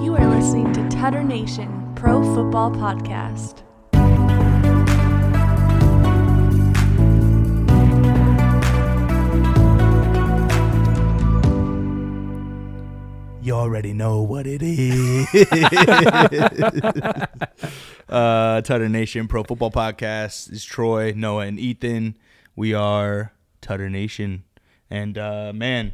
listening to Tutter Nation Pro Football Podcast. You already know what it is. uh, Tutter Nation Pro Football Podcast is Troy, Noah, and Ethan. We are Tutter Nation, and uh, man,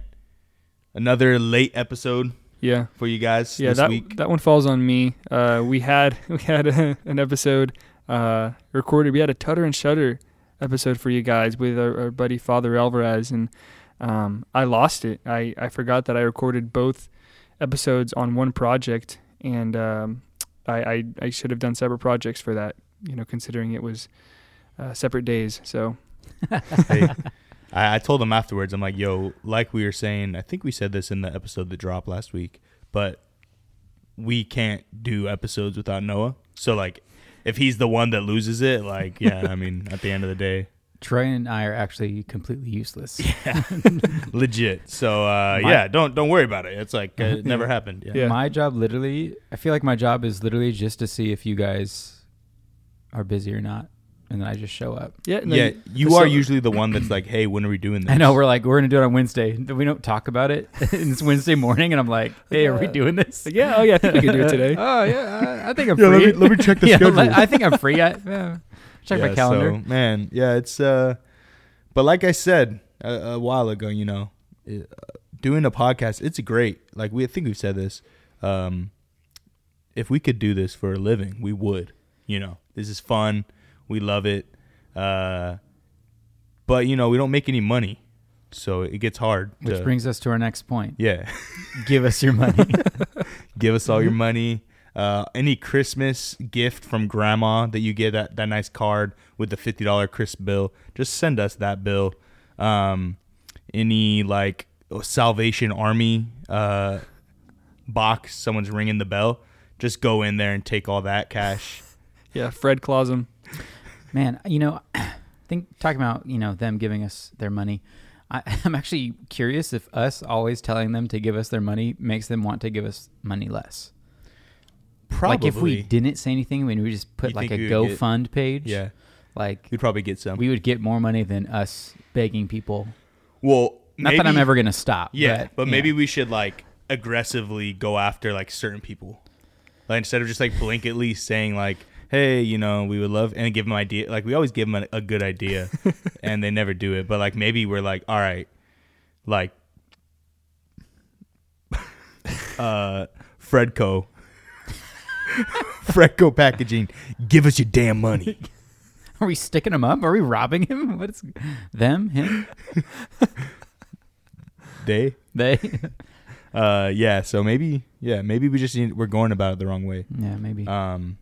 another late episode Yeah. for you guys Yeah, this that week. that one falls on me. Uh, we had we had a, an episode uh, recorded. We had a Tutter and Shutter episode for you guys with our, our buddy Father Alvarez, and um, I lost it. I, I forgot that I recorded both episodes on one project, and um, I, I I should have done separate projects for that. You know, considering it was uh, separate days. So Hey, I, I told them afterwards. I'm like, yo, like we were saying. I think we said this in the episode that dropped last week, but we can't do episodes without Noah. So like, if he's the one that loses it, like, yeah, I mean, at the end of the day. Troy and I are actually completely useless. legit. So uh, My- yeah, don't don't worry about it. It's like uh, it never happened. Yeah. Yeah. My job literally, I feel like my job is literally just to see if you guys are busy or not. And then I just show up. yeah, no, Yeah, you- you so- are usually the one that's like, "Hey, when are we doing this?" I know we're like, we're going to do it on Wednesday. Then We don't talk about it. and it's Wednesday morning. And I'm like, hey, are we Yeah. doing this? Like, yeah, oh yeah, I think we can do it today. oh, yeah. I, I think I'm Yeah, let free. me- let me check the Yeah, let- schedule. I think I'm free. I, yeah. Check my Yeah, calendar. So, man, yeah, it's uh, but like I said a, a while ago, you know, it, uh, doing a podcast, it's great. Like we I think we've said this. Um, if we could do this for a living, we would. You know, this is fun. We love it. Uh, but you know, we don't make any money, so it gets hard. Which to- brings us to our next point. yeah. Give us your money. give us all your Mm-hmm. money. Uh, any Christmas gift from grandma that you get that, that nice card with the fifty dollar crisp bill, just send us that bill. Um, any like oh, Salvation Army uh, box, someone's ringing the bell, just go in there and take all that cash. Yeah, Fred Clausum. Man, you know, I think talking about you know them giving us their money, I, I'm actually curious if us always telling them to give us their money makes them want to give us money less. Probably, Like if we didn't say anything, when we just put You like a think we would get- GoFund page, yeah, like we'd probably get some. we would get more money than us begging people. well, Not that I'm maybe- ever gonna stop. Yeah, but, yeah. maybe we should like aggressively go after like certain people, like instead of just like blanketly saying like, "Hey, you know, we would love," and give them idea. Like we always give them a, a good idea, and they never do it. But like maybe we're like, "All right, like, uh, Fredco, Fredco packaging, give us your damn money." are we sticking him up? Are we robbing him? What is them him They, they? uh, yeah. So maybe, yeah, maybe we just need, we're going about it the wrong way. yeah, maybe Um.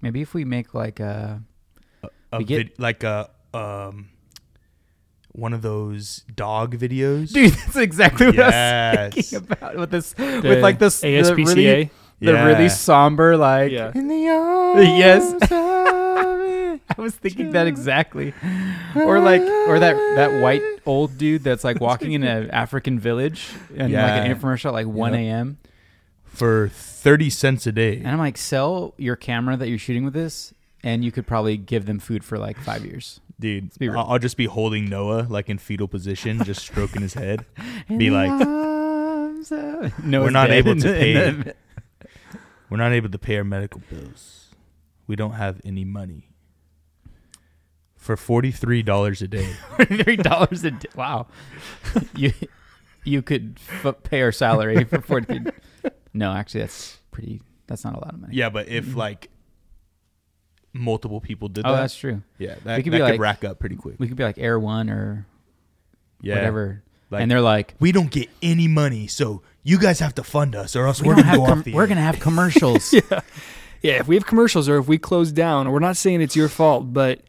maybe if we make like a a We get- vid- like a um one of those dog videos. dude, that's exactly what I was Yes. thinking about with this with like this the ASPCA. really the Yeah. really somber like Yeah. In the arms Yes. of i was thinking that exactly or like or that that white old dude that's like walking in an african village and like Yeah. an infomercial at like 1 Yep. a.m for thirty cents a and day. i'm like sell your camera that you're shooting with this and you could probably give them food for like five years Dude, be real. I'll, I'll just be holding Noah like in fetal position, just stroking his head. Be like, no We're not able to pay. We're not able to pay our medical bills. We don't have any money. For forty three dollars a day. three dollars a day. Wow, you you could f- pay our salary for forty. No, actually, that's pretty. That's not a lot of money. yeah, but if like multiple people did Oh, that, that's true. yeah, that, we could that be could like- rack up pretty quick. We could be like Air One or Yeah. whatever, Like- and they're like, we don't get any money, so you guys have to fund us, or else we we are don't gonna go have off com- the we're air. gonna have commercials. Yeah, if we have commercials or if we close down, we're not saying it's your fault, but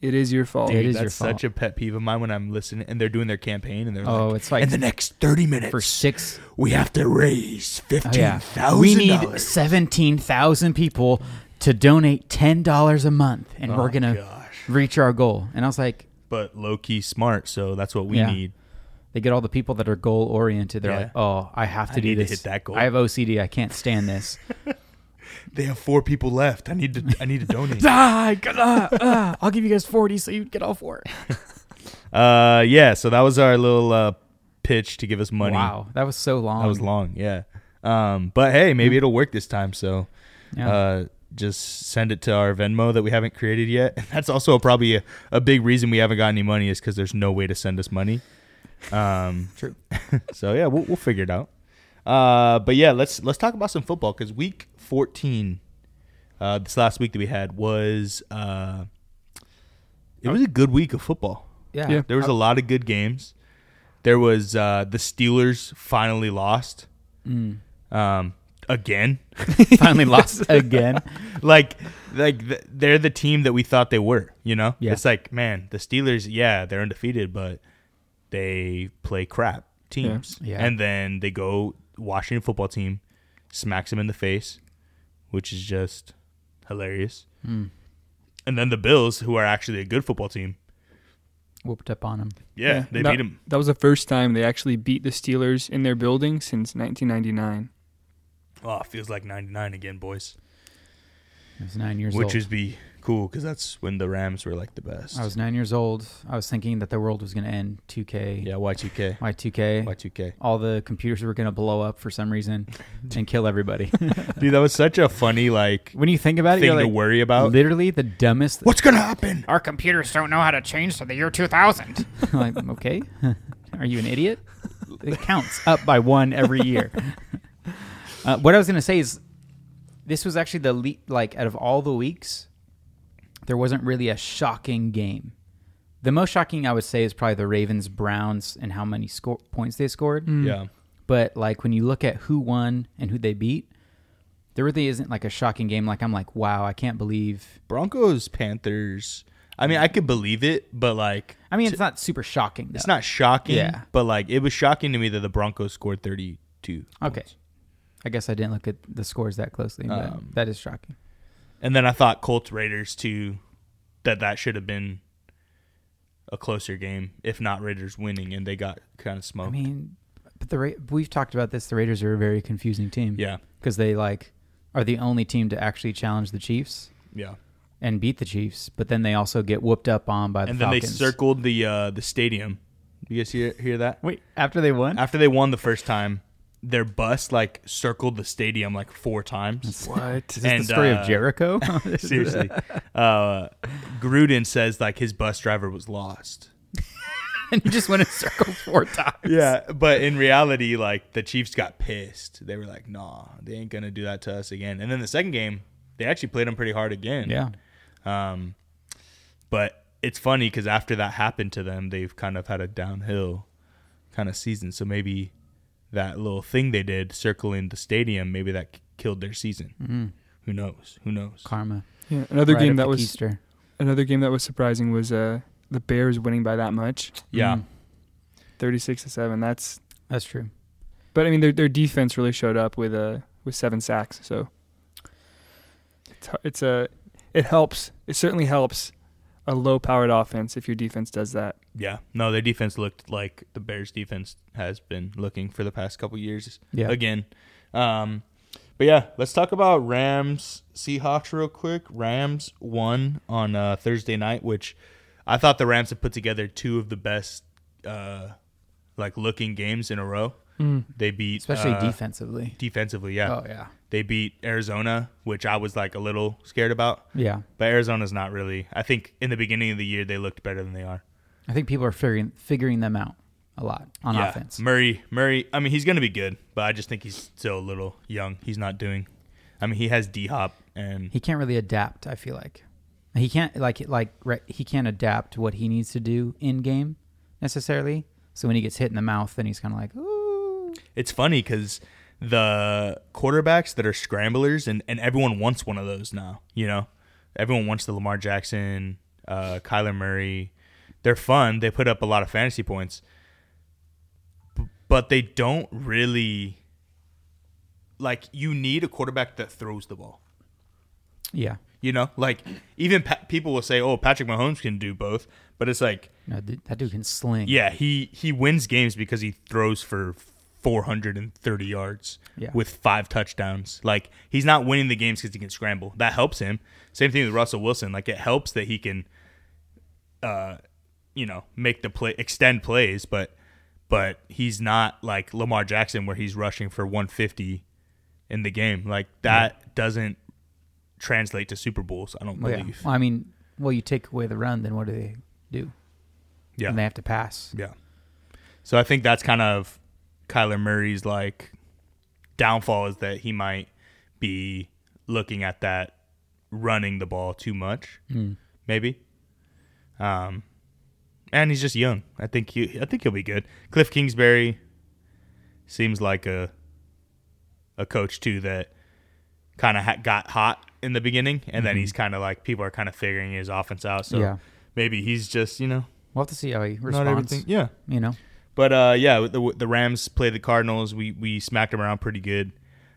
it is your fault. Dude, it is That's your fault. such a pet peeve of mine when I'm listening and they're doing their campaign and they're Oh, like, it's like- in the next thirty minutes for six. we have to raise Oh, fifteen yeah, thousand we need dollars. seventeen thousand people to donate ten dollars a month, and we're gonna Oh, gosh. reach our goal. And I was like, But low key smart, so that's what we Yeah. need. They get all the people that are goal oriented. They're Yeah. like, oh, I have to I do need to this. hit that goal." I have OCD. I can't stand this. They have four people left. I need to. I need to donate. Die! ah, ah, I'll give you guys forty so you get all four. uh, yeah. So that was our little uh, pitch to give us money. Wow, that was so long. That was long. Yeah. Um, but hey, Mm-hmm. maybe it'll work this time. So, Yeah. uh, just send it to our Venmo that we haven't created yet. That's also probably a, a big reason we haven't got any money is because there's no way to send us money. Um, True. so yeah, we'll, we'll figure it out. Uh, but yeah, let's let's talk about some football because week 14, uh, this last week that we had was uh, it was a good week of football. Yeah. Yeah. There was a lot of good games. There was uh, the Steelers finally lost um, again. Finally lost again. like, like th- they're the team that we thought they were. You know, Yeah. it's like man, the Steelers. Yeah, they're undefeated, but they play crap teams. Yeah. And then they go Washington football team smacks them in the face, which is just hilarious. And then the Bills, who are actually a good football team, Whooped up on him. yeah, they that, beat them. That was the first time they actually beat the Steelers in their building since 1999. Oh, it feels like 99 again, boys. I was nine years Which old. is be cool because that's when the Rams were like the best. I was nine years old. I was thinking that the world was going to end. 2K. yeah, Y2K. Y2K. Y2K. all the computers were going to blow up for some reason and kill everybody. Dude, that was such a funny like when you think about it, thing you're to like, worry about. literally the dumbest. What's gonna happen? Our computers don't know how to change to the year 2000. like, okay, are you an idiot? It counts up by one every year. uh, what I was going to say is, this was actually the le- like out of all the weeks, there wasn't really a shocking game. The most shocking I would say is probably the Ravens Browns and how many score- points they scored. Yeah, but like when you look at who won and who they beat, there really isn't like a shocking game. Like I'm like, wow, I can't believe. Broncos, Panthers. I mean, I could believe it, but like, I mean, it's not super shocking. Though. it's not shocking. Yeah. but like, it was shocking to me that the Broncos scored thirty-two. okay. points. I guess I didn't look at the scores that closely, but Um, that is shocking. and then I thought Colts Raiders too. That that should have been a closer game, if not Raiders winning, and they got kind of smoked. I mean, but the Ra- we've talked about this. The Raiders are a very confusing team. yeah, because they like are the only team to actually challenge the Chiefs yeah. and beat the Chiefs, but then they also get whooped up on by the and then Falcons. they circled the uh, the stadium. You guys hear hear that? Wait, after they won? After they won the first time, their bus like circled the stadium like four times. What? is this and, the story uh, of Jericho? Seriously, uh, Gruden says like his bus driver was lost. and you just went in circles four times. Yeah, but in reality, like the Chiefs got pissed. They were like, "Nah, they ain't gonna do that to us again." And then the second game, they actually played them pretty hard again. Yeah. Um, but it's funny because after that happened to them, they've kind of had a downhill kind of season. So maybe that little thing they did circling the stadium, maybe that k- killed their season. Who knows? Who knows? Mm-hmm. Karma. Yeah, another Right game up that to was Easter. another game that was surprising was uh the Bears winning by that much, yeah. Mm, 36 to 7. That's that's true. but I mean their their defense really showed up with uh with seven sacks, so it's h- it's a it helps. It certainly helps a low-powered offense if your defense does that. Yeah. No, their defense looked like the Bears defense has been looking for the past couple years. Yeah. Again. Um but yeah, let's talk about Rams Seahawks real quick. Rams won on uh, Thursday night, which I thought the Rams had put together two of the best uh like looking games in a row. Hmm. They beat Especially uh, defensively. defensively, yeah. Oh yeah. They beat Arizona, which I was like a little scared about. Yeah. But Arizona's not really. I think in the beginning of the year they looked better than they are. I think people are figuring figuring them out a lot on offense. Murray, Murray. I mean, he's going to be good, but I just think he's still a little young. He's not doing. I mean, he has D Hop, and He can't really adapt, I feel like. He can't like like right, he can't adapt what he needs to do in game necessarily. So when he gets hit in the mouth, then he's kind of like, "Ooh." it's funny because the quarterbacks that are scramblers, and and everyone wants one of those now. You know, everyone wants the Lamar Jackson, uh, Kyler Murray. They're fun. They put up a lot of fantasy points, B- but they don't really. Like you need a quarterback that throws the ball. Yeah. You know, like even pa- people will say, "Oh, Patrick Mahomes can do both," but it's like, No, dude, that dude can sling. yeah, he he wins games because he throws for 430 yards Yeah. with five touchdowns. Like he's not winning the games because he can scramble. That helps him. Same thing with Russell Wilson. Like it helps that he can, uh, you know, make the play, extend plays, but but he's not like Lamar Jackson where he's rushing for 150 in the game. Like that doesn't translate to Super Bowls. I don't Well, yeah. believe. Well, I mean, well, you take away the run, then what do they do? Yeah. And they have to pass. Yeah. So I think that's kind of Kyler Murray's like downfall is that he might be looking at that running the ball too much, Hmm. maybe. Um, and he's just young. I think he, I think he'll be good. Cliff Kingsbury seems like a a coach too that kind of ha- got hot in the beginning, and then he's kind of like people are kind of figuring his offense out. So Mm-hmm. Yeah. maybe he's just you know We'll have to see how he not responds. everything. Yeah. You know, But uh, yeah, the the Rams played the Cardinals. We we smacked them around pretty good,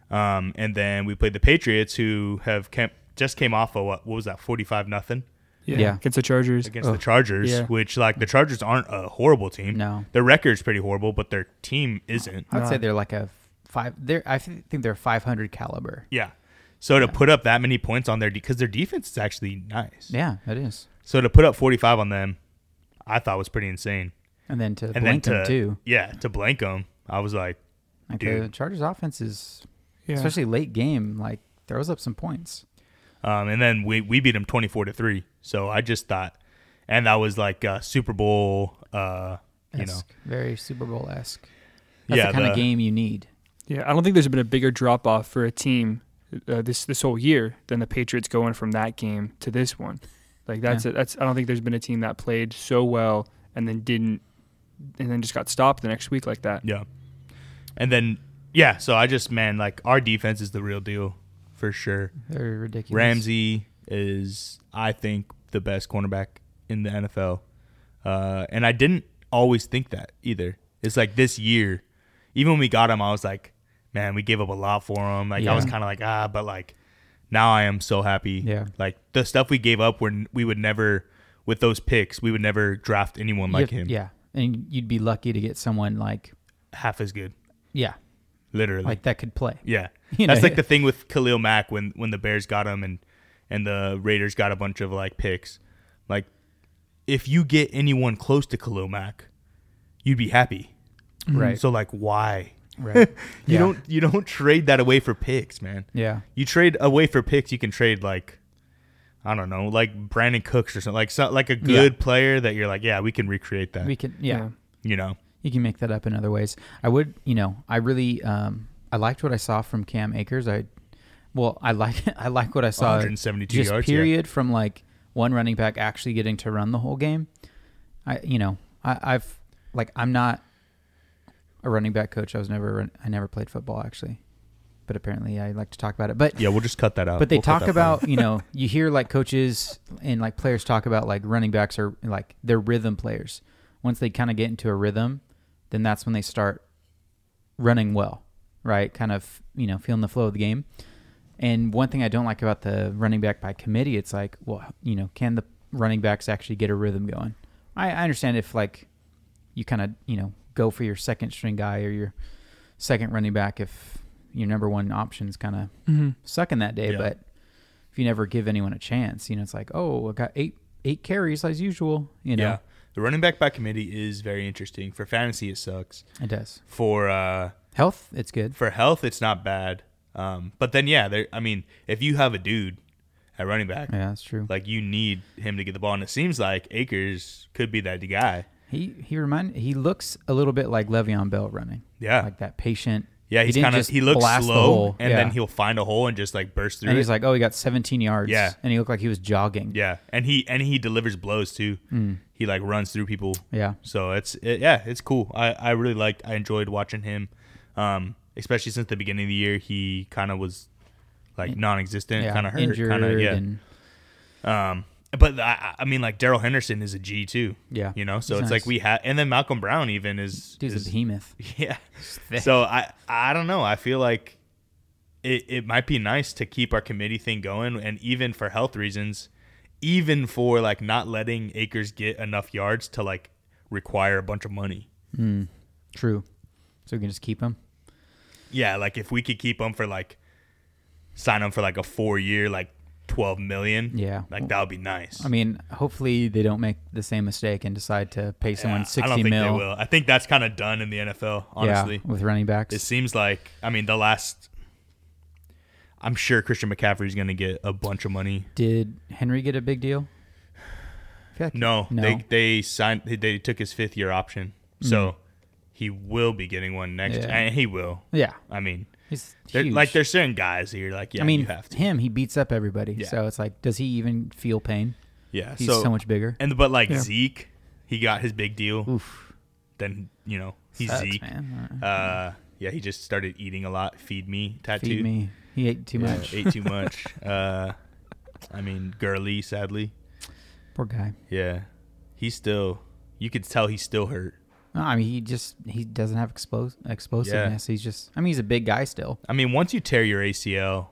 um, and then we played the Patriots, who have kept, just came off of what, what was that forty five nothing Yeah. Against the Chargers. against Ugh. the Chargers, Yeah. which like the Chargers aren't a horrible team. No. their record's pretty horrible, but their team isn't. I would say Not- they're like a five. They're I th- think they're 500 caliber. Yeah, so to put up that many points on their because their defense is actually nice. Yeah, it is. So to put up forty five on them, I thought was pretty insane. And then to And blink then to them too. yeah to blank them, I was like, Like the dude. Chargers offense is, Yeah. especially late game, like throws up some points. Um, and then we, we beat them 24 to 3. So I just thought, and that was like uh, Super Bowl, uh, you know. Esque. very Super Bowl esque. That's Yeah, the kind the- of game you need. Yeah, I don't think there's been a bigger drop off for a team uh, this this whole year than the Patriots going from that game to this one. Like that's Yeah. it that's I don't think there's been a team that played so well and then didn't and then just got stopped the next week like that. Yeah. And then, yeah, so I just, man, like our defense is the real deal for sure. They're ridiculous. Ramsey is, I think, the best cornerback in the NFL. Uh, and I didn't always think that either. It's like this year, even when we got him, I was like, man, we gave up a lot for him. Like I was Yeah. kind of like, ah, but like now I am so happy. Yeah. Like the stuff we gave up, where we would never, with those picks, we would never draft anyone You like have- him. Yeah, and you'd be lucky to get someone like Half as good, yeah, literally. like that could play. Yeah, You that's know? like the thing with Khalil Mack when when the Bears got him and and the Raiders got a bunch of like picks. Like, if you get anyone close to Khalil Mack, you'd be happy, Right. So like, why Right. you Yeah. don't you don't trade that away for picks, man? Yeah. You trade away for picks, you can trade like. I don't know, like Brandon Cooks or something, like so, like a good player that you're like, yeah, we can recreate that, We can. Yeah. Yeah. you know, You can make that up in other ways. I would. You know. I really. Um. I liked what I saw from Cam Akers. I. Well, I like. I like what I saw. 172 just yards, yeah. Period. From like one running back actually getting to run the whole game. I. You know. I, I've. Like I'm not. A running back coach. I was never. a run- I never played football actually, but apparently I like to talk about it. But yeah, we'll just cut that out. But they We'll cut talk that part out. about, you know, you hear like coaches and like players talk about like running backs are like they're rhythm players. Once they kind of get into a rhythm, then that's when they start running well, right? Kind of, you know, feeling the flow of the game. And one thing I don't like about the running back by committee, it's like, well, you know, can the running backs actually get a rhythm going? I, I understand if like you kind of, you know, go for your second string guy or your second running back if your number one option's kind of sucking that day. Yeah. But if you never give anyone a chance, you know, it's like, oh, I got eight eight carries as usual. You know, the running back by committee is very interesting for fantasy. It sucks it does. for uh, Health, it's good. for health. It's not bad, um, but then yeah, there. I mean, if you have a dude at running back, Yeah, that's true. like you need him to get the ball, and it seems like Akers could be that guy. He he remind he looks a little bit like Le'Veon Bell running. Yeah. like that patient. Yeah, he's didn't kind of just he looks blast the slow, hole. and Yeah. then he'll find a hole and just like burst through. and it. he's like, oh, he got 17 yards. Yeah. and he looked like Hmm. he was jogging. yeah, and he and he delivers blows too. He like runs through people. yeah, So it's it, yeah, it's cool. I I really liked I enjoyed watching him, um, especially since the beginning of the year he kind of was like non-existent, yeah. kind of hurt, injured. kind of yeah. and- um, but I, I- I mean, like Daryl Henderson is a G too. Yeah. you know, so He's it's nice. like we had, and then Malcolm Brown even is dude's is- a behemoth. yeah. So I I don't know. I feel like it, it might be nice to keep our committee thing going and even for health reasons even for like not letting acres get enough yards to like require a bunch of money True. So we can just keep them. yeah like if we could keep them for like sign them for like a four year like 12 million Yeah. like that would be nice I mean, hopefully they don't make the same mistake and decide to pay someone Yeah, sixty i don't think mil. they will i think that's kind of done in the nfl honestly Yeah, with running backs. it seems like i mean the last i'm sure christian mccaffrey's gonna get a bunch of money Did Henry get a big deal? I feel like- No, No. Mm-hmm. they they signed. They, they took his fifth year option, so he will be getting one next. Yeah. And he will. Yeah, I mean, he's they're, huge. like there's certain guys that you're like, yeah, I mean, you have to. him. He beats up everybody. Yeah. So it's like, does he even feel pain? yeah, He's so, so much bigger. And but like Yeah. Zeke, he got his big deal. Oof. Then you know he's Sucks, Zeke. man. Uh, yeah, he just started eating a lot. Feed me tattoo. Feed me. He ate too Yeah, much. ate too much. uh, I mean, girly, sadly. Poor guy. Yeah, he's still. You could tell he's still hurt. No, I mean, he just he doesn't have explos- explosiveness. He's just. I mean, he's a big guy still. I mean, once you tear your ACL,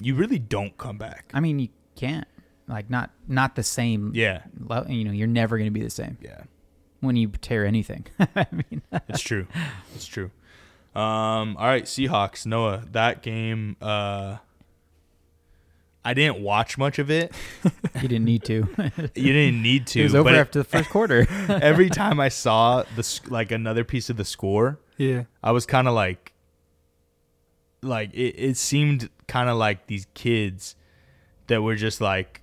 you really don't come back. I mean, you can't like not not the same. Yeah. lo- You know, you're never going to be the same Yeah. when you tear anything. I mean, It's true. it's true. Um, all right, Seahawks, Noah, that game, uh I didn't watch much of it. you didn't need to. it You didn't need to. was over but after the first quarter. every time I saw the sc- like another piece of the score, Yeah. I was kind of like, like it, it seemed kind of like these kids that were just like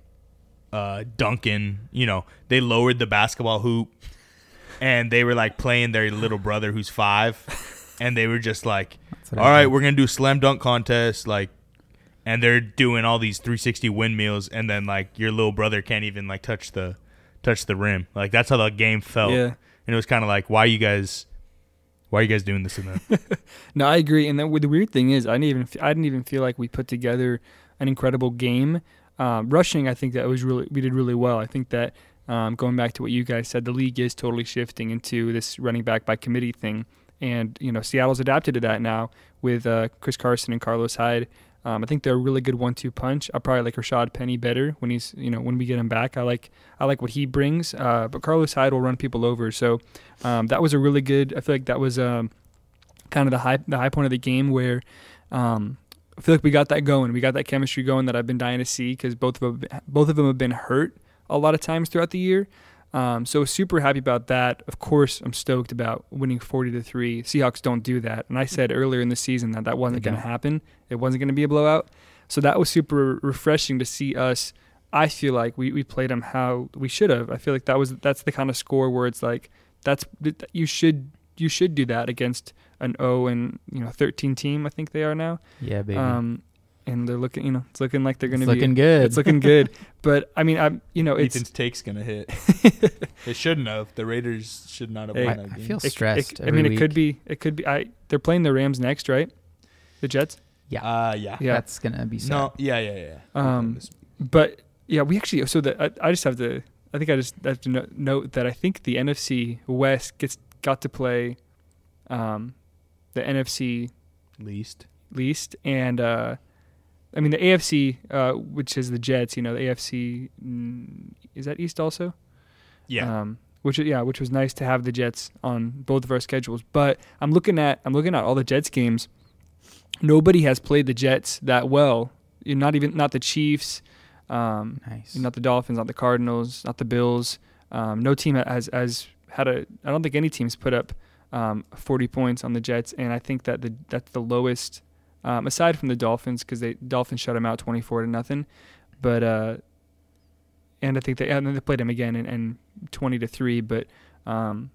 uh, dunking. You know, they lowered the basketball hoop and they were like playing their little brother who's five, and they were just like, what I "All right, think. we're gonna do slam dunk contest." Like, and they're doing all these 360 windmills, and then like your little brother can't even like touch the touch the rim. Like that's how the game felt. Yeah. And it was kind of like, why you guys, why are you guys doing this to them? No, I agree. And the, the weird thing is, I didn't even I didn't even feel like we put together an incredible game. Um, rushing, I think that was really we did really well. I think that um, going back to what you guys said, the league is totally shifting into this running back by committee thing, and you know Seattle's adapted to that now with uh, Chris Carson and Carlos Hyde. Um, I think they're a really good one-two punch. I probably like Rashad Penny better when he's you know when we get him back. I like I like what he brings, uh, but Carlos Hyde will run people over. So um, that was a really good. I feel like that was. Um, kind of the high the high point of the game where um, I feel like we got that going. We got that chemistry going that I've been dying to see because both of them, both of them have been hurt a lot of times throughout the year. Um, so super happy about that. Of course, I'm stoked about winning 40 to three. Seahawks don't do that, and I said earlier in the season that that wasn't They going to don't. happen. It wasn't going to be a blowout. So that was super refreshing to see us. I feel like we, we played them how we should have. I feel like that was that's the kind of score where it's like that's you should you should do that against an 0 and you know 13 team. I think they are now. yeah, baby. Um, and they're looking, you know, it's looking like they're going it's to be looking good. It's looking good. But I mean, I'm, you know, it's Ethan's take's gonna hit. it shouldn't have. The Raiders should not have Hey, won I, that I game. feel it- stressed. it- I every mean, it week. could be, it could be. I they're playing the Rams next, right? The Jets. Ah, yeah. Yeah. That's gonna be sad. No, yeah, yeah, yeah. Um, But yeah, we actually. So the I, I just have to. I think I just have to no, note that I think the NFC West gets got to play, um, the NFC least. least and uh I mean the AFC uh which is the Jets, you know, the AFC mm, is that East also? Yeah. Um, which yeah, which was nice to have the Jets on both of our schedules. But I'm looking at I'm looking at all the Jets games. Nobody has played the Jets that well. You're not even not the Chiefs, um, Nice. not the Dolphins, not the Cardinals, not the Bills. Um, no team has has had a. I don't think any teams put up um, 40 points on the Jets, and I think that the that's the lowest um, aside from the Dolphins because they Dolphins shut them out 24 to nothing. But uh, and I think they and then they played them again and, and 20 to three. But um,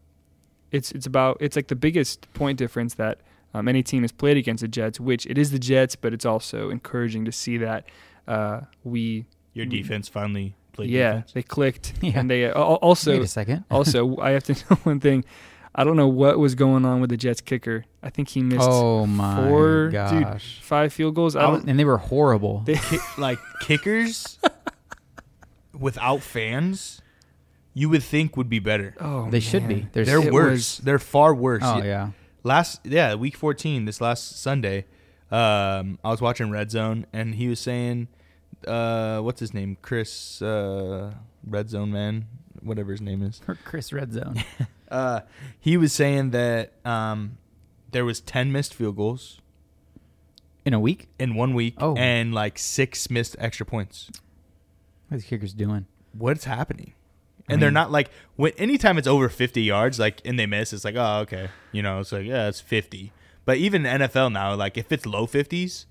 it's it's about it's like the biggest point difference that um, any team has played against the Jets, which it is the Jets, but it's also encouraging to see that uh, we Your defense finally played yeah, defense. they clicked, Yeah. and they uh, al- also Wait a second. also I have to know one thing. I don't know what was going on with the Jets kicker. I think he missed Oh my four- dude, gosh. five field goals. I I don't. was- and they were horrible. They- Ki- like kickers without fans, you would think would be better. oh, They should man. be. They're, They're s- it worse. was- They're far worse. Oh yeah. Last yeah, week 14 this last Sunday, Um, I was watching Red Zone, and he was saying, uh, what's his name? Chris, uh, Red Zone man, whatever his name is. Or Chris Red Zone. Uh, he was saying that um, there was ten missed field goals In a week? in one week, Oh. and like six missed extra points. What's the kickers doing? What's happening? I And they're mean- not like when anytime it's over fifty yards, like and they miss, it's like oh okay, you know, it's like yeah, it's fifty. But even NFL now, like if it's low fifties,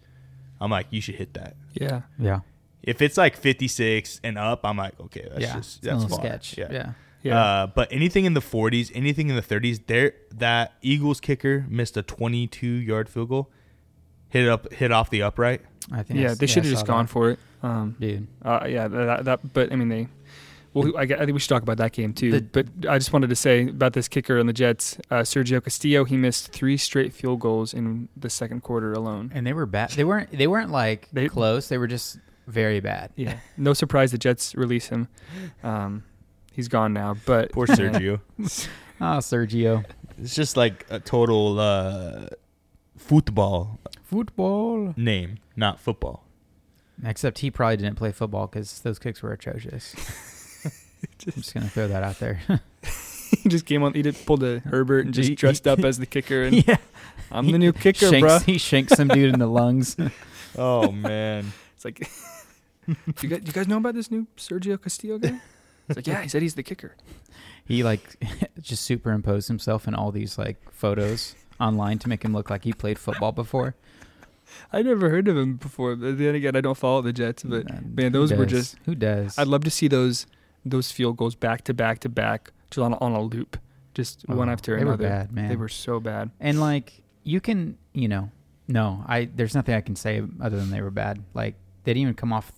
I'm like you should hit that. Yeah. Yeah. If it's like fifty six and up, I'm like okay, that's yeah. just It's a that's little far. sketch. Yeah. Yeah. Uh, but anything in the 40s, anything in the 30s, there that Eagles kicker missed a 22-yard field goal, hit up, hit off the upright. I think I yeah. s- They should I have just saw gone that. for it. Um, Dude. Uh, yeah, that, that. But I mean, they. Well, I, gue- I think we should talk about that game too. The- but I just wanted to say about this kicker on the Jets, uh, Sergio Castillo. He missed three straight field goals in the second quarter alone. And they were bad. They weren't they weren't like They- close. They were just very bad. Yeah, no surprise the Jets release him. Um, he's gone now, but Poor Sergio. Ah, Sergio. it's just like a total uh, football Football. name, not football. Except he probably didn't play football because those kicks were atrocious. I'm just gonna throw that out there. he just came on. He did pulled a Herbert and just He- dressed up as the kicker. And I'm the new kicker, shanks, bro. He shanks some dude in the lungs. Oh man, It's like, you guys, you guys know about this new Sergio Castillo guy? It's like, yeah, he said he's the kicker. He like just superimposed himself in all these like photos online to make him look like he played football before. I never heard of him before. But then again, I don't follow the Jets, but And man, who those were does? just. who does. I'd love to see those those field goals back to back to back, just on, on a loop, just Oh, one after they another. Were bad, man. They were so bad. and like you can, you know, no, I there's nothing I can say other than they were bad. Like they didn't even come off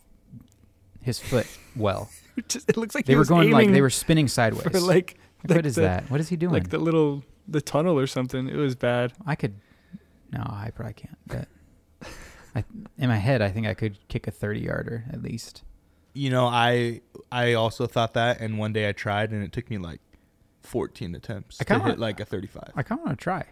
his foot well. just, it looks like They he were was going like they aiming were spinning sideways. for like, Like, like what is the- that? What is he doing? like the little the tunnel or something. It was bad. I could. No, I probably can't. But I, in my head, I think I could kick a thirty-yarder at least. you know, I I also thought that, and one day I tried, and it took me like 14 attempts I to kinda- hit like a 35. I kind of want to try.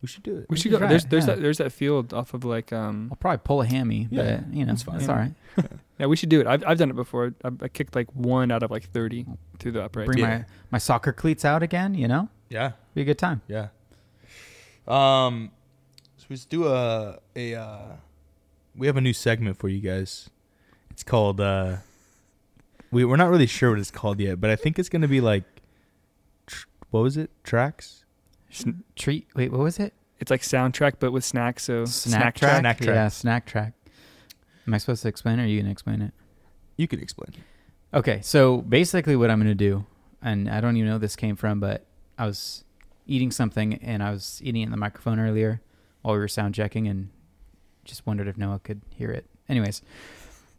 we should do it. We should should go. try There's it, there's yeah. Oh. that there's that field off of like um. I'll probably pull a hammy, Yeah, but you know, that's it's fine. all right. Yeah, we should do it. I've I've done it before. I, I kicked like one out of like thirty through the upright. Bring Yeah. my my soccer cleats out again. You know, Yeah. be a good time. Yeah. Um, so let's do a a. Uh, we have a new segment for you guys. It's called. Uh, we we're not really sure what it's called yet, but I think it's gonna be like. Tr- what was it? Tracks. Treat. Wait, what was it? It's like soundtrack, but with snacks. So track? Snack track. Yeah, snack track. Am I supposed to explain, it or are you gonna explain it? You can explain. Okay, so basically what I'm going to do, and I don't even know where this came from, but I was eating something and I was eating it in the microphone earlier while we were sound checking and just wondered if Noah could hear it. Anyways,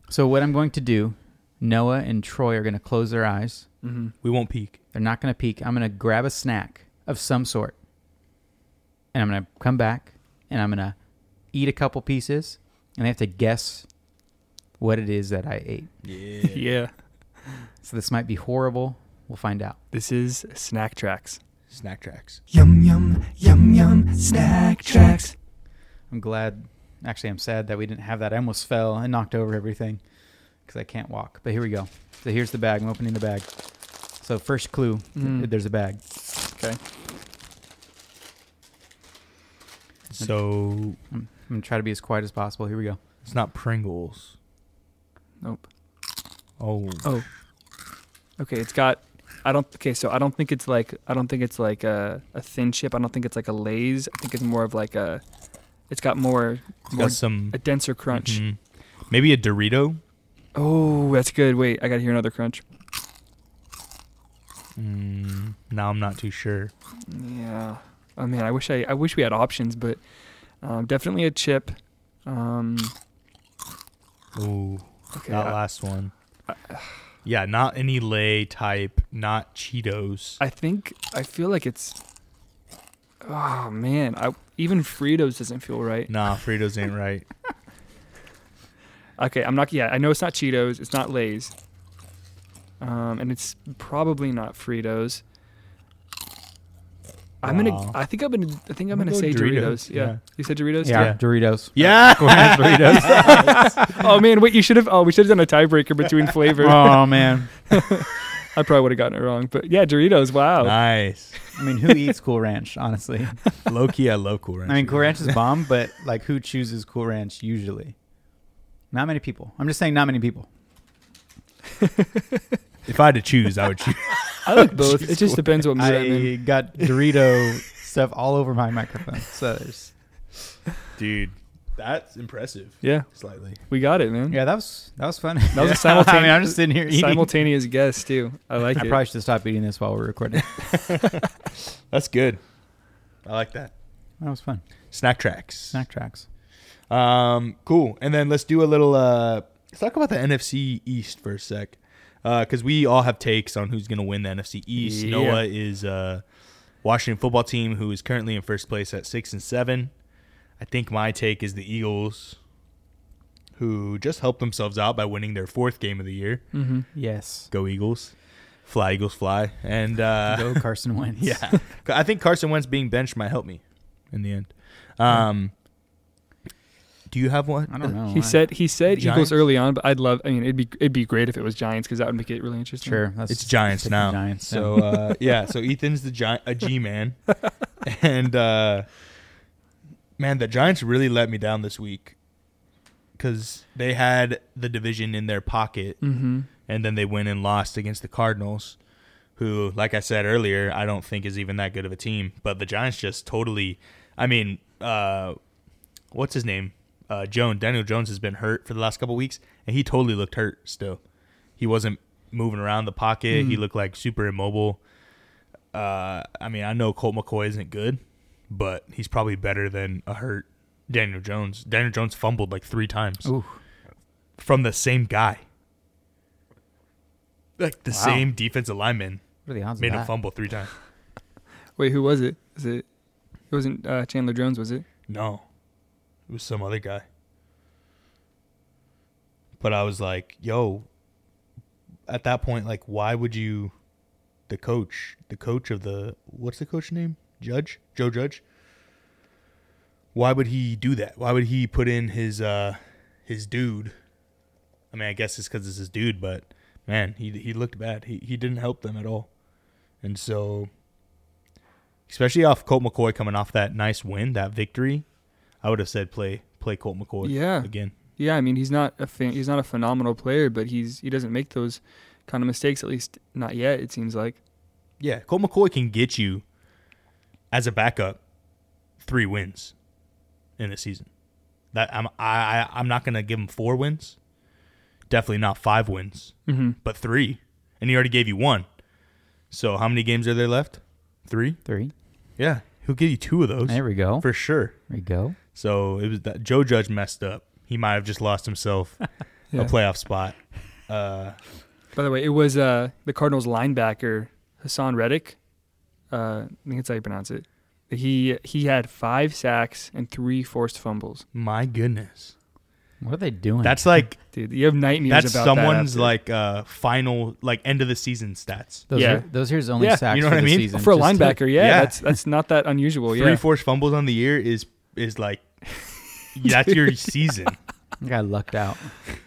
so what I'm going to do, Noah and Troy are going to close their eyes. Mm-hmm. We won't peek. They're not going to peek. I'm going to grab a snack of some sort and I'm going to come back and I'm going to eat a couple pieces and they have to guess what it is that I ate. Yeah. yeah. So this might be horrible. We'll find out. This is snack tracks. Snack tracks. Yum yum yum yum snack tracks. I'm glad. Actually, I'm sad that we didn't have that. I almost fell and knocked over everything because I can't walk. But here we go. So here's the bag. I'm opening the bag. So first clue, Mm. th- there's a bag. Okay. So I'm, I'm gonna try to be as quiet as possible. Here we go. it's not Pringles. Nope. Oh. Oh. Okay, it's got. I don't. Okay, so I don't think it's like. I don't think it's like a, a thin chip. I don't think it's like a Lay's. I think it's more of like a. It's got more, It's more got some a denser crunch. Mhm. Maybe a Dorito. Oh, that's good. Wait, I gotta hear another crunch. Mm, now I'm not too sure. Yeah. Oh man, I wish I. I wish we had options, but um, definitely a chip. Um, Oh. okay. That I, last one. yeah, not any lay type, not Cheetos. I think I feel like it's. Oh man, I even Fritos doesn't feel right. nah, Fritos ain't right. Okay, I'm not. Yeah, I know it's not Cheetos. It's not Lay's. Um, and it's probably not Fritos. I'm gonna. Wow. I think I'm gonna. I think I'm, I'm gonna, gonna go say Doritos. Doritos, Yeah. yeah. You said Doritos. Yeah, Yeah. Doritos. Yeah. Go ahead, Doritos. oh man, wait. You should have. Oh, we should have done a tiebreaker between flavor. oh man. I probably would have gotten it wrong. But yeah, Doritos. Wow. Nice. I mean, who eats Cool Ranch? Honestly, Low key, I love Cool Ranch. I mean, Cool Ranch is bomb, but like, who chooses Cool Ranch usually? Not many people. I'm just saying, not many people. if I had to choose, I would choose. I like both. it just depends what mood I, am in. I got Dorito stuff all over my microphone. So there's, Dude, that's impressive. Yeah, Slightly. we got it, man. yeah, that was that was fun. That was a I mean, simultaneous- I'm just sitting here eating. Simultaneous guess too. I like I it. probably should stop eating this while we're recording. That's good. I like that. That was fun. Snack tracks. Snack tracks. Um, cool. And then let's do a little. Uh, let's talk about the NFC East for a sec, because we all have takes on who's going to win the NFC East. Yeah. Noah is uh, Washington football team, who is currently in first place at six and seven. I think my take is the Eagles, who just helped themselves out by winning their fourth game of the year. mm-hmm. Yes. Go Eagles, fly Eagles, fly! And uh, Go Carson Wentz. yeah, I think Carson Wentz being benched might help me in the end. Um, do you have one? I don't know. He I- said he said Eagles Giants? early on, but I'd love. I mean, it'd be it'd be great if it was Giants because that would make it really interesting. Sure. That's It's Giants pick the now. Giants. So uh, yeah, so Ethan's the giant, a G man, and uh, man, the Giants really let me down this week because they had the division in their pocket, Mm-hmm. and then they went and lost against the Cardinals, who, like I said earlier, I don't think is even that good of a team. But the Giants just totally, I mean, uh, what's his name? Uh, Jones. Daniel Jones has been hurt for the last couple weeks, and he totally looked hurt still. He wasn't moving around the pocket. He looked like super immobile. Uh, I mean, I know Colt McCoy isn't good, but he's probably better than a hurt Daniel Jones. Daniel Jones fumbled like three times Ooh. from the same guy. Like the Wow. same defensive lineman What are the odds made of him that? fumble three times. Wait, who was it? Is it? It wasn't uh, Chandler Jones, was it? No, it was some other guy. But I was like, yo, at that point, like, why would you, the coach, the coach of the, what's the coach name? Judge? Joe Judge? Why would he do that? Why would he put in his, uh, his dude? I mean, I guess it's because it's his dude, but man, he, he looked bad. He, he didn't help them at all. And so especially off Colt McCoy coming off that nice win, that victory, I would have said play play Colt McCoy. Yeah. again. Yeah, I mean he's not a fan, he's not a phenomenal player, but he's he doesn't make those kind of mistakes at least not yet. It seems like. Yeah, Colt McCoy can get you as a backup three wins in a season. That I'm I, I I'm not gonna give him four wins. Definitely not five wins, Mm-hmm. but three. And he already gave you one. So how many games are there left? Three. Three. Yeah, he'll give you two of those There we go. for sure. there we go. So it was that Joe Judge messed up. He might have just lost himself Yeah. a playoff spot. Uh, By the way, it was uh, the Cardinals linebacker Hassan Reddick. Uh, I think that's how you pronounce it. He he had five sacks and three forced fumbles. my goodness, What are they doing? that's like Dude, you have nightmares that's about someone's that after. like uh, final like end of the season stats. those yeah. Are, those are his only Yeah. sacks. You know for what I the mean? season. for a Just linebacker. two. yeah, Yeah. that's that's not that unusual. Three yeah, forced fumbles on the year is is like that's your season. That guy lucked out.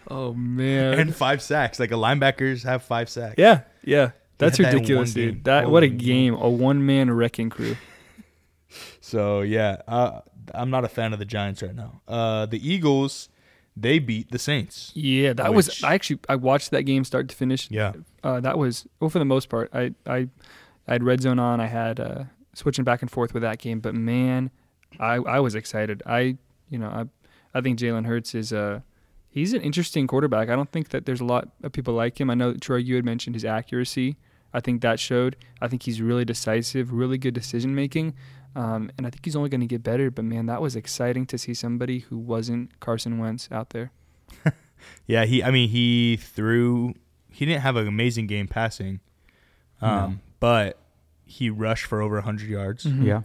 Oh man. And five sacks. Like a linebackers have five sacks. yeah, yeah. That's had that in ridiculous, one game. Oh, dude. That what a Holy moly. game. A one man wrecking crew. So yeah, uh, I'm not a fan of the Giants right now. Uh, the Eagles, they beat the Saints. Yeah, that was Which- I actually I watched that game start to finish. Yeah. Uh, that was well for the most part. I I I had red zone on, I had uh switching back and forth with that game, but man, I I was excited. I you know, I I think Jalen Hurts is uh he's an interesting quarterback. I don't think that there's a lot of people like him. I know Troy you had mentioned his accuracy. I think that showed. I think he's really decisive, really good decision making. Um, and I think he's only going to get better, but man, that was exciting to see somebody who wasn't Carson Wentz out there. Yeah, he. I mean, he threw. He didn't have an amazing game passing, um, No. but he rushed for over 100 yards, Yeah.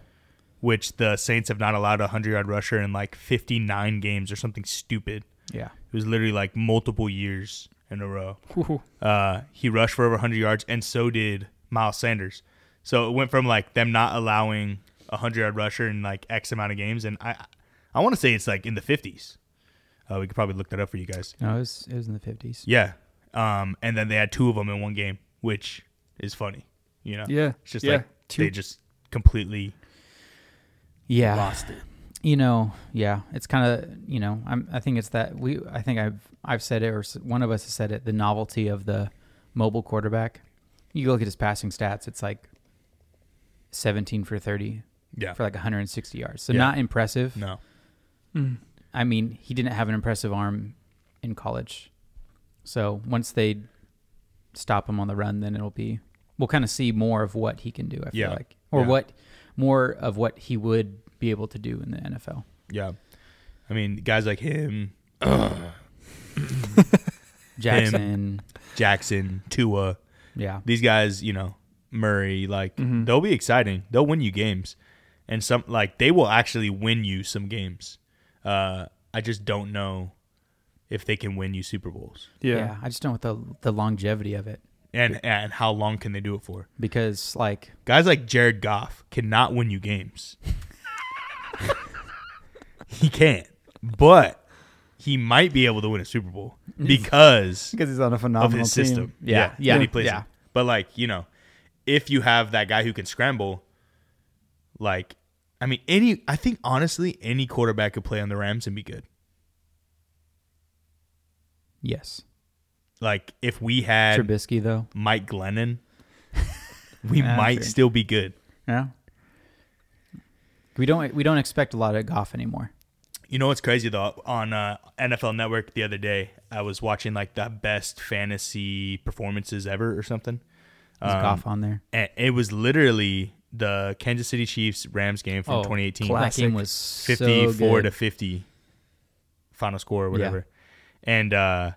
which the Saints have not allowed a 100 yard rusher in like 59 games or something stupid. Yeah. It was literally like multiple years in a row. Whew. Uh, he rushed for over 100 yards, and so did Miles Sanders. So it went from like them not allowing a hundred yard rusher in like X amount of games, and I I want to say it's like in the fifties. Uh, we could probably look that up for you guys. No, it was it was in the fifties. Yeah. Um, and then they had two of them in one game, which is funny. You know. Yeah. It's just Yeah. like Two- they just completely Yeah, lost it. you know, yeah, it's kind of you know, I'm I think it's that we I think I've I've said it or s- one of us has said it the novelty of the mobile quarterback. You look at his passing stats; it's like seventeen for thirty Yeah. for like 160 yards, so Yeah. not impressive. No. Mm. I mean, he didn't have an impressive arm in college. So once they stop him on the run, then it'll be we'll kind of see more of what he can do. I feel Yeah. like, or Yeah. what more of what he would be able to do in the NFL. Yeah. I mean, guys like him, Jackson, Jackson, Tua, yeah, these guys, you know, Murray, like they'll be exciting. They'll win you games, and some like they will actually win you some games. Uh, I just don't know if they can win you Super Bowls, Yeah. yeah. I just don't want the the longevity of it and and how long can they do it for? because like Guys like Jared Goff cannot win you games. he can't, but he might be able to win a Super Bowl because because he's on a of phenomenal his team. system. Yeah, yeah, that he plays. in. yeah. But like you know, if you have that guy who can scramble, like I mean, any I think honestly any quarterback could play on the Rams and be good. yes, Like if we had Trubisky though, Mike Glennon, we Yeah, might fair. still be good. yeah. We don't we don't expect a lot of Goff anymore. You know what's crazy though? On uh, NFL Network the other day, I was watching like the best fantasy performances ever or something. Is Um, Goff on there? and it was literally the Kansas City Chiefs Rams game from Oh, 2018. That game was so 54 good. to 50 final score or Yeah. whatever. And uh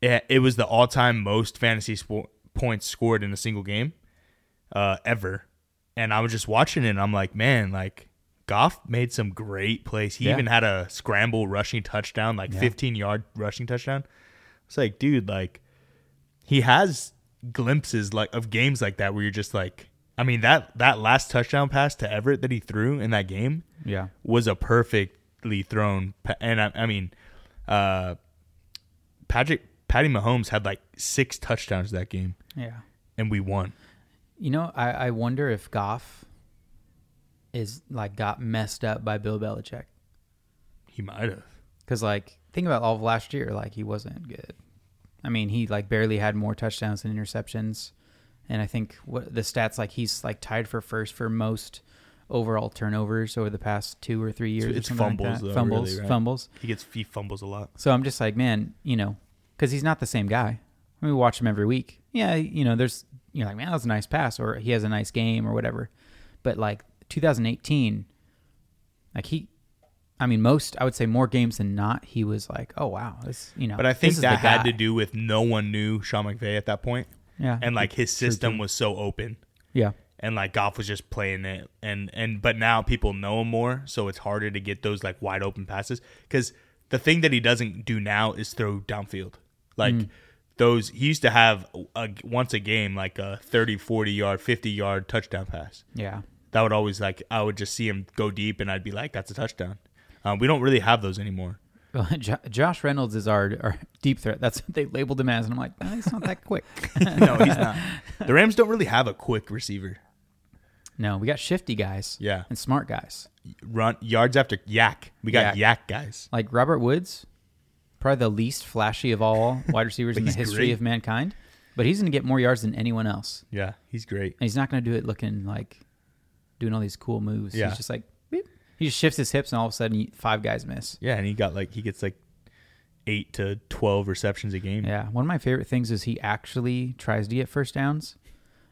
it, it was the all-time most fantasy spo- points scored in a single game uh ever. And I was just watching it and I'm like, man, like Goff made some great plays. He Yeah. even had a scramble rushing touchdown, like 15-yard rushing touchdown. It's like, dude, like he has glimpses like of games like that where you're just like I mean that that last touchdown pass to Everett that he threw in that game Yeah, was a perfectly thrown pa- and I, I mean uh Patrick Patty Mahomes had like six touchdowns that game yeah. and we won. You know, I, I wonder if Goff is like got messed up by Bill Belichick He might have. because like think about all of last year, like he wasn't good. I mean, he like barely had more touchdowns than interceptions, and I think what the stats like he's like tied for first for most overall turnovers over the past two or three years. or it's something like fumbles, that. though, fumbles, really, right? fumbles. He gets he fumbles a lot. So I'm just like, man, you know, because he's not the same guy. I mean, we watch him every week. Yeah, you know, there's you're like, man, that was a nice pass, or he has a nice game, or whatever. But like 2018, like he, I mean, most I would say more games than not, he was like, oh wow, this, you know. But I think this is the that had guy. to do with no one knew Sean McVay at that point, yeah, and like his system was so open. yeah, and like golf was just playing it and and but now people know him more so it's harder to get those like wide open passes because the thing that he doesn't do now is throw downfield like those he used to have a, once a game like a 30 40 yard 50 yard touchdown pass yeah, that would always like i would just see him go deep and i'd be like that's a touchdown um, we don't really have those anymore Well, Jo- Josh Reynolds is our, our deep threat. That's what they labeled him as, and I'm like, "Ah, he's not that quick. no he's not the rams don't really have a quick receiver no, we got shifty guys, Yeah. and smart guys. run yards after yak we got Yak. yak guys like Robert Woods, probably the least flashy of all wide receivers in the he's history great. of mankind, but he's going to get more yards than anyone else. yeah he's great And he's not going to do it looking like doing all these cool moves. Yeah. He's just like, beep. he just shifts his hips, and all of a sudden, you- five guys miss. Yeah, and he got like he gets like eight to twelve receptions a game. Yeah. One of my favorite things is he actually tries to get first downs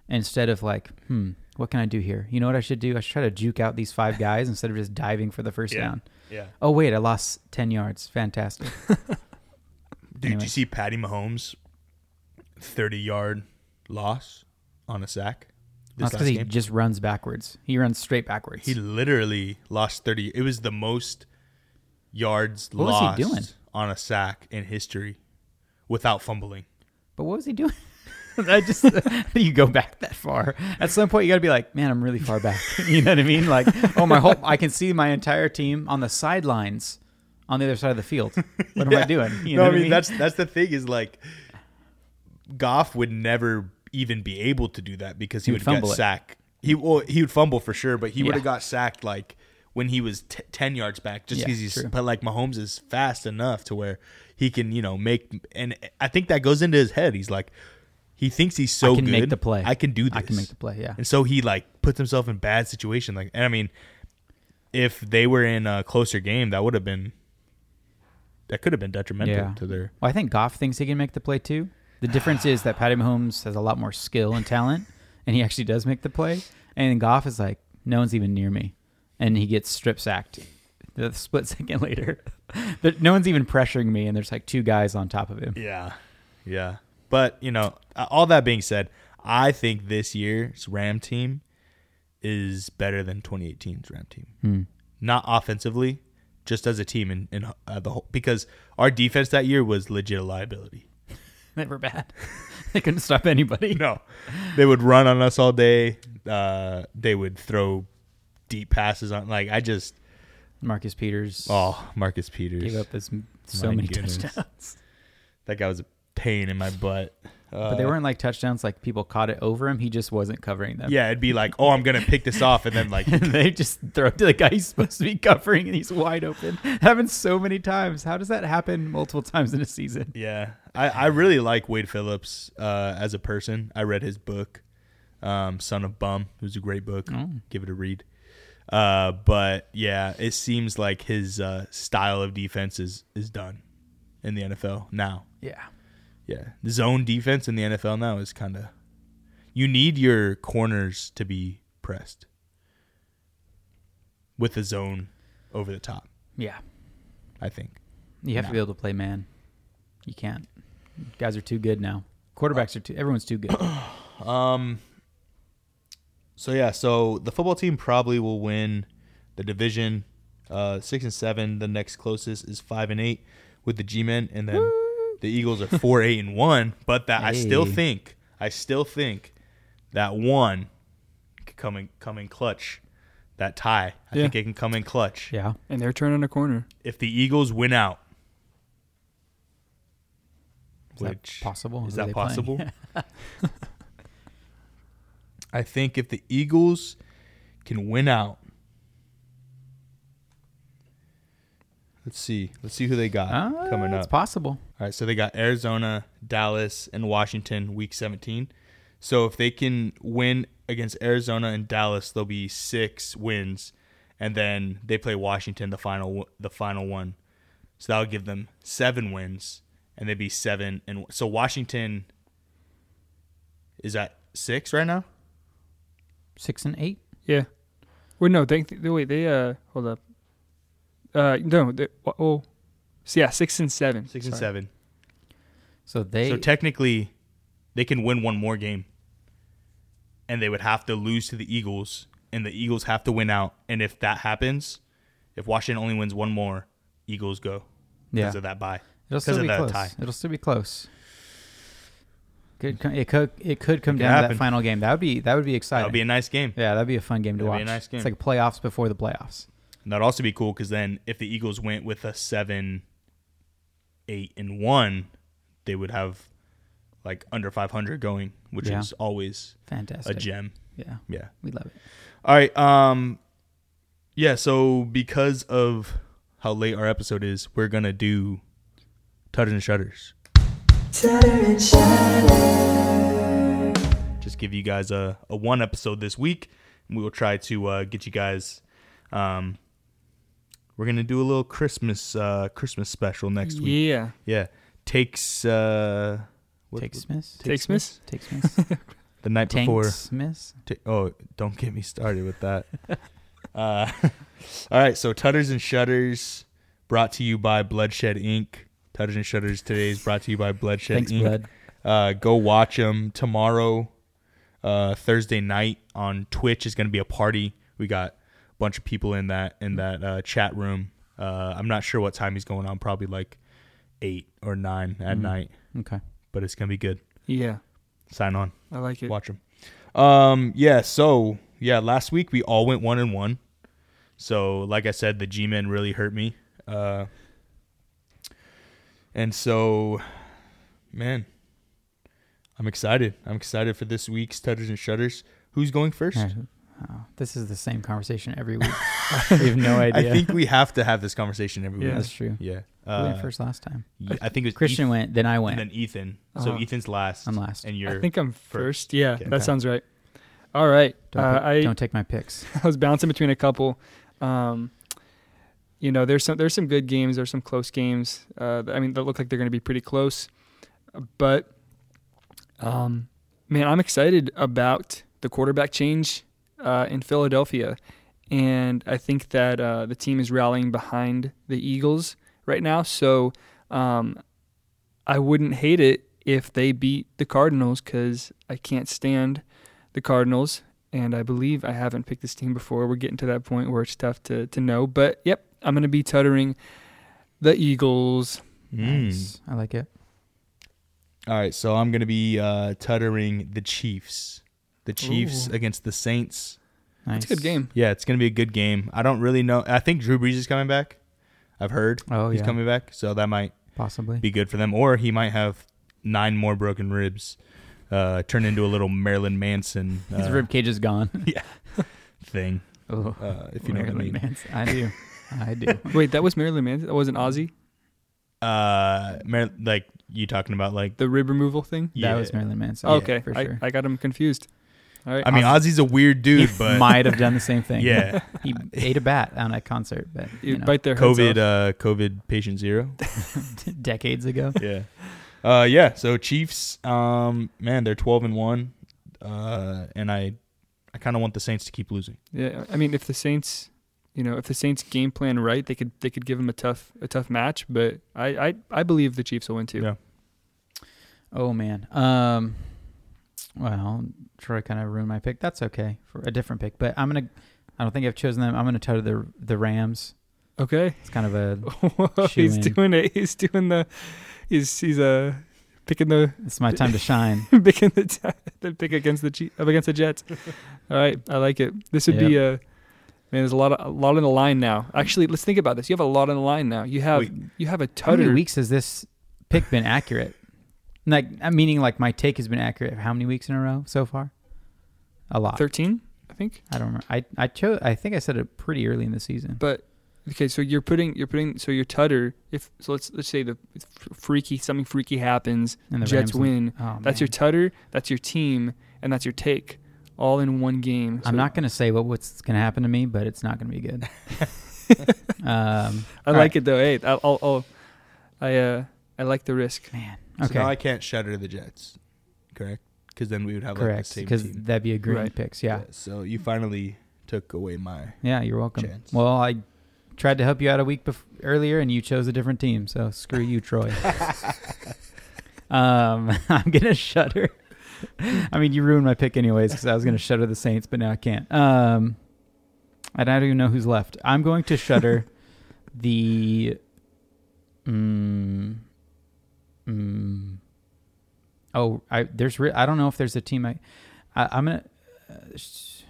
instead of like, hmm, what can I do here? You know what I should do? I should try to juke out these five guys instead of just diving for the first Yeah. down. Yeah. Oh, wait, I lost 10 yards. Fantastic. Dude, do you Anyways. see Patty Mahomes thirty yard loss on a sack? This That's because last he game? just runs backwards. He runs straight backwards. he literally lost thirty it was the most yards What was he lost doing? on a sack in history without fumbling. But what was he doing? I just you go back that far. At some point, you got to be like, man, I'm really far back. you know what I mean? Like, oh my whole, I can see my entire team on the sidelines, on the other side of the field. What am I doing? You no, know I what mean, that's that's the thing is like, Goff would never even be able to do that because he, He would would get fumble it. sacked. He well, he would fumble for sure, but he would Yeah. have got sacked like when he was t- ten yards back, just Yeah, because he's. true. But like Mahomes is fast enough to where he can you know make and I think that goes into his head. He's like, he thinks he's so I can good. make the play. I can do this. I can make the play. Yeah. And so he like puts himself in bad situation. Like, and I mean, if they were in a closer game, that would have been that could have been detrimental Yeah. to their. Well, I think Goff thinks he can make the play too. The difference is that Patty Mahomes has a lot more skill and talent, and he actually does make the play. And Goff is like, no one's even near me, and he gets strip sacked. The split second later, There- no one's even pressuring me, and there's like two guys on top of him. Yeah, yeah. But you know, uh, all that being said, I think this year's Ram team is better than 2018's Ram team. Not offensively, just as a team, and in, uh, the whole because our defense that year was legit a liability. They were bad. they couldn't stop anybody. No, they would run on us all day. Uh, they would throw deep passes on. Like I just, Marcus Peters oh, Marcus Peters, gave up his, so My many goodness. touchdowns, that guy was a pain in my butt. Uh, but they weren't like touchdowns. Like people caught it over him. He just wasn't covering them. Yeah, it'd be like, oh, I'm gonna pick this off, and then like, and they just throw it to the guy he's supposed to be covering and he's wide open. Happened so many times. How does that happen multiple times in a season? yeah. I I really like Wade Phillips uh, as a person. I read his book, um, Son of Bum, who's a great book. Oh. Give it a read. Uh, but yeah, it seems like his uh, style of defense is is done in the NFL now. Yeah. Yeah. Zone defense in the NFL now is kind of you need your corners to be pressed with a zone over the top, Yeah. I think. You have to be able to play man. You can't. Guys are too good now. Quarterbacks are too everyone's too good. So yeah, so the football team probably will win the division uh 6 and 7, the next closest is 5 and 8 with the G-men and then the Eagles are 4 8 and 1, but that I still Hey. think I still think that one could come in come in clutch. That tie, I Yeah. think it can come in clutch. yeah. and they're turning a corner. if the Eagles win out, Is that possible? Is Who are that they playing? possible? I think if the Eagles can win out, let's see, let's see who they got Ah, coming It's up. possible. All right, so they got Arizona, Dallas, and Washington week 17. So if they can win against Arizona and Dallas, there'll be 6 wins and then they play Washington the final the final one. So that'll give them 7 wins and they'd be 7 and so Washington is at 6 right now? Six and eight? Yeah. Well, no, they, they wait. They uh, hold up. Uh, no, they, oh, so yeah, six and seven. 6 and Sorry. 7. So they So technically, they can win one more game, and they would have to lose to the Eagles, and the Eagles have to win out. And if that happens, if Washington only wins one more, Eagles go yeah. because of that bye. It'll because still of be that close. tie. It'll still be close. Could co- it could it could come It could down to that happen. final game. That would be that would be That exciting. would be a nice game. yeah, that'd be a fun game to That'd watch. be a nice game. It's like playoffs before the playoffs. And that'd also be cool because then if the Eagles went with a seven, eight, and one, they would have like under five hundred going, which Yeah. is always a Fantastic. gem. Yeah, Yeah. we love it. All right. Um, yeah. So because of how late our episode is, we're gonna do Tutters and Shutters. Just give you guys a, a one episode this week, and we will try to uh, get you guys. Um, we're gonna do a little Christmas uh, Christmas special next week. Yeah, Yeah, takes uh, what- Take Smith. Take Smith. Take Smith. the night Tank before. Smith. T- oh, don't get me started with that. uh, all right, so Tutters and Shutters brought to you by Bloodshed Inc. Tutters and Shutters today is brought to you by Bloodshed Thanks, Inc. Mm. Blood. Uh, go watch them tomorrow, uh, Thursday night on Twitch is going to be a party. We got a bunch of people in that in that uh, chat room. Uh, I'm not sure what time he's going on. Mm-hmm. Probably like eight or nine at night, Okay. but it's going to be good. Yeah. Sign on. I like it. Watch them. Um, yeah. So yeah, last week we all went one and one. So like I said, the G men really hurt me. Uh, and so, man, I'm excited. I'm excited for this week's Tutters and Shutters. Who's going first? Oh, this is the same conversation every week. we have no I idea. think we have to have this conversation every Yeah. week. that's true. Yeah. we Uh, went first last time. y- I think it was Christian Ethan went, then I and went. then Ethan. So Uh-huh. Ethan's last. I'm last. And you're I think I'm first. first. Yeah, Okay. that Okay. sounds right. All right. Uh, Don't, pick- I don't take my picks. I was bouncing between a couple. Um, you know, there's some there's some good games. There's some close games. Uh, I mean, that look like they're going to be pretty close. But, um, man, I'm excited about the quarterback change uh, in Philadelphia, and I think that uh, the team is rallying behind the Eagles right now. So, um, I wouldn't hate it if they beat the Cardinals because I can't stand the Cardinals and I believe I haven't picked this team before. We're getting to that point where it's tough to, to know. But yep, I'm going to be tuttering the Eagles. Mm. Nice. I like it. All right, so I'm gonna be uh, tuttering the Chiefs. The Chiefs Ooh. against the Saints. Nice. It's a good game. Yeah, it's gonna be a good game. I don't really know. I think Drew Brees is coming back. I've heard Oh, he's yeah. coming back, so that might Possibly. be good for them. Or he might have nine more broken ribs, uh, turn into a little Marilyn Manson His uh, rib cage is gone. thing. oh, Uh, if you know what I mean. I do. I do. Wait, that was Maryland, man. That wasn't Ozzy. Uh, Mar- like you talking about like The rib removal thing. yeah. That was Marilyn Manson. Oh, okay, for I, sure. I got him confused. All right. I mean, Ozzy's a weird dude, he but might have done the same thing. yeah, he ate a bat on a concert, but you you know, bite their heads COVID, off. uh, COVID patient zero. decades ago. yeah. Uh yeah, so Chiefs um man, they're 12 and 1. Uh and I I kind of want the Saints to keep losing. yeah, I mean, if the Saints, you know, if the Saints game plan right, they could they could give him a tough a tough match. But I I, I believe the Chiefs will win too. Yeah. Oh man. Um. Well, Troy kind of ruined my pick. That's okay for a different pick, but I'm gonna. I don't think I've chosen them. I'm gonna toe to the the Rams. Okay. It's kind of a Whoa, he's Shoe in. doing it. He's doing the. He's he's uh picking the it's my time to shine. picking the t- the pick against the G- up against the Jets. All right, I like it. This would be a man. There's a lot of a lot on the line now. Actually, let's think about this. You have a lot on the line now. You have Wait. you have a How many tutter. weeks has this pick been accurate? Like I'm meaning, like my take has been accurate. How many weeks in a row so far? A lot. Thirteen, I think. I don't. Remember. I I chose. I think I said it pretty early in the season. But okay, so you're putting you're putting so your tutter. If so, let's let's say the f- freaky something freaky happens. And the Jets Rams- win. Oh, That's your man. tutter. That's your team, and that's your take, all in one game. I'm So not gonna say what what's gonna happen to me, but it's not gonna be good. um, I all like right. it though. Hey, I'll, I'll, I'll I uh I like the risk. man. So now I Okay, can't shutter the Jets. Correct? Cuz then we would have like the correct. same Because team. that'd be a green Right. picks. Yeah. So you finally took away my yeah, You're welcome. Chance. Well, I tried to help you out a week bef- earlier, and you chose a different team. So screw you, Troy. um, I'm gonna shudder. I mean, you ruined my pick anyways because I was gonna shudder the Saints, but now I can't. Um, I don't even know who's left. I'm going to shudder the. Mm, mm, oh, I there's re- I don't know if there's a team I, I I'm gonna. Uh, sh-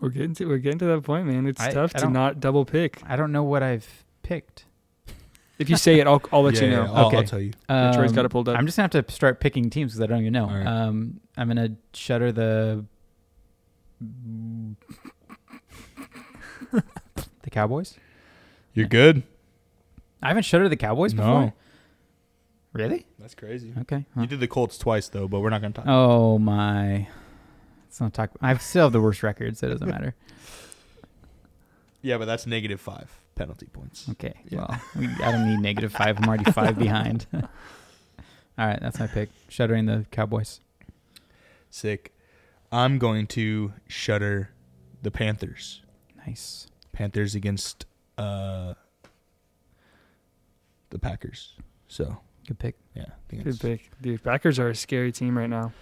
We're getting to we're getting to that point, man. It's I- tough I to don't- not double pick. I don't know what I've picked. If you say it, I'll I'll let Yeah, you yeah, know. I'll, Okay. I'll tell you. Yeah, Troy's Um, got it pulled up. I'm just gonna have to start picking teams because I don't even know. All right. Um, I'm gonna shutter the the Cowboys. You're good? I haven't shuttered the Cowboys before. No. Really? That's crazy. Okay. huh. You did the Colts twice though, but we're not going to talk. Uh, Oh my. Let's not talk. I still have the worst record, so it doesn't matter. Yeah, but that's negative 5 penalty points. Okay. Yeah. Well, we, I don't need negative five. I'm already five behind. All right, that's my pick. Shuttering the Cowboys. Sick. I'm going to shutter the Panthers. Nice. Panthers against uh the Packers. So Good pick. yeah, I think Good that's- pick. Dude, Packers are a scary team right now.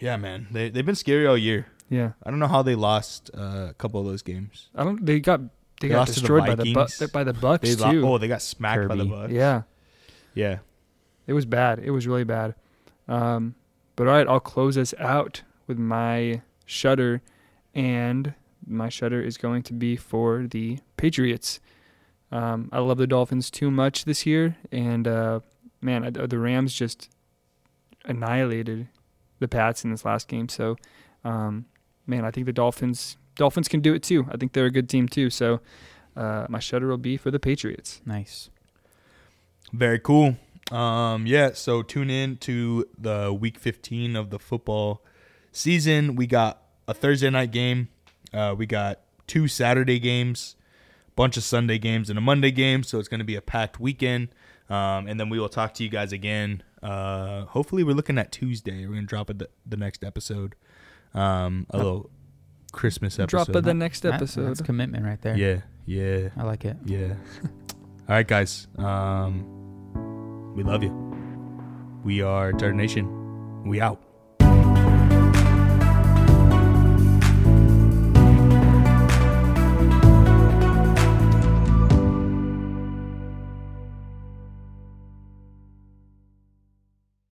yeah, man. They they've been scary all year. Yeah. I don't know how they lost uh, a couple of those games. I don't they got They they, got lost to the destroyed by the Vikings. bu- by the Bucks They lo- too. oh, they got smacked by the Kirby. Bucks. yeah. yeah. It was bad. It was really bad. Um But all right, I'll close us out with my shutter, and my shutter is going to be for the Patriots. Um, I love the Dolphins too much this year, and uh, man, I, the Rams just annihilated the Pats in this last game. So, um, man, I think the Dolphins Dolphins can do it too. I think they're a good team too. So, uh, my shutter will be for the Patriots. Nice. Very cool. Um, yeah, so tune in to the week 15 of the football season. We got a Thursday night game. Uh, we got two Saturday games, bunch of Sunday games, and a Monday game. So it's going to be a packed weekend. Um, and then we will talk to you guys again. Uh, hopefully, we're looking at Tuesday. We're going to drop it the, the next episode. Um, a little Christmas episode. Drop of the next That- episode. that's commitment right there. yeah, yeah. I like it. Yeah. All right, guys. Um, we love you. We are Tartar Nation. We out.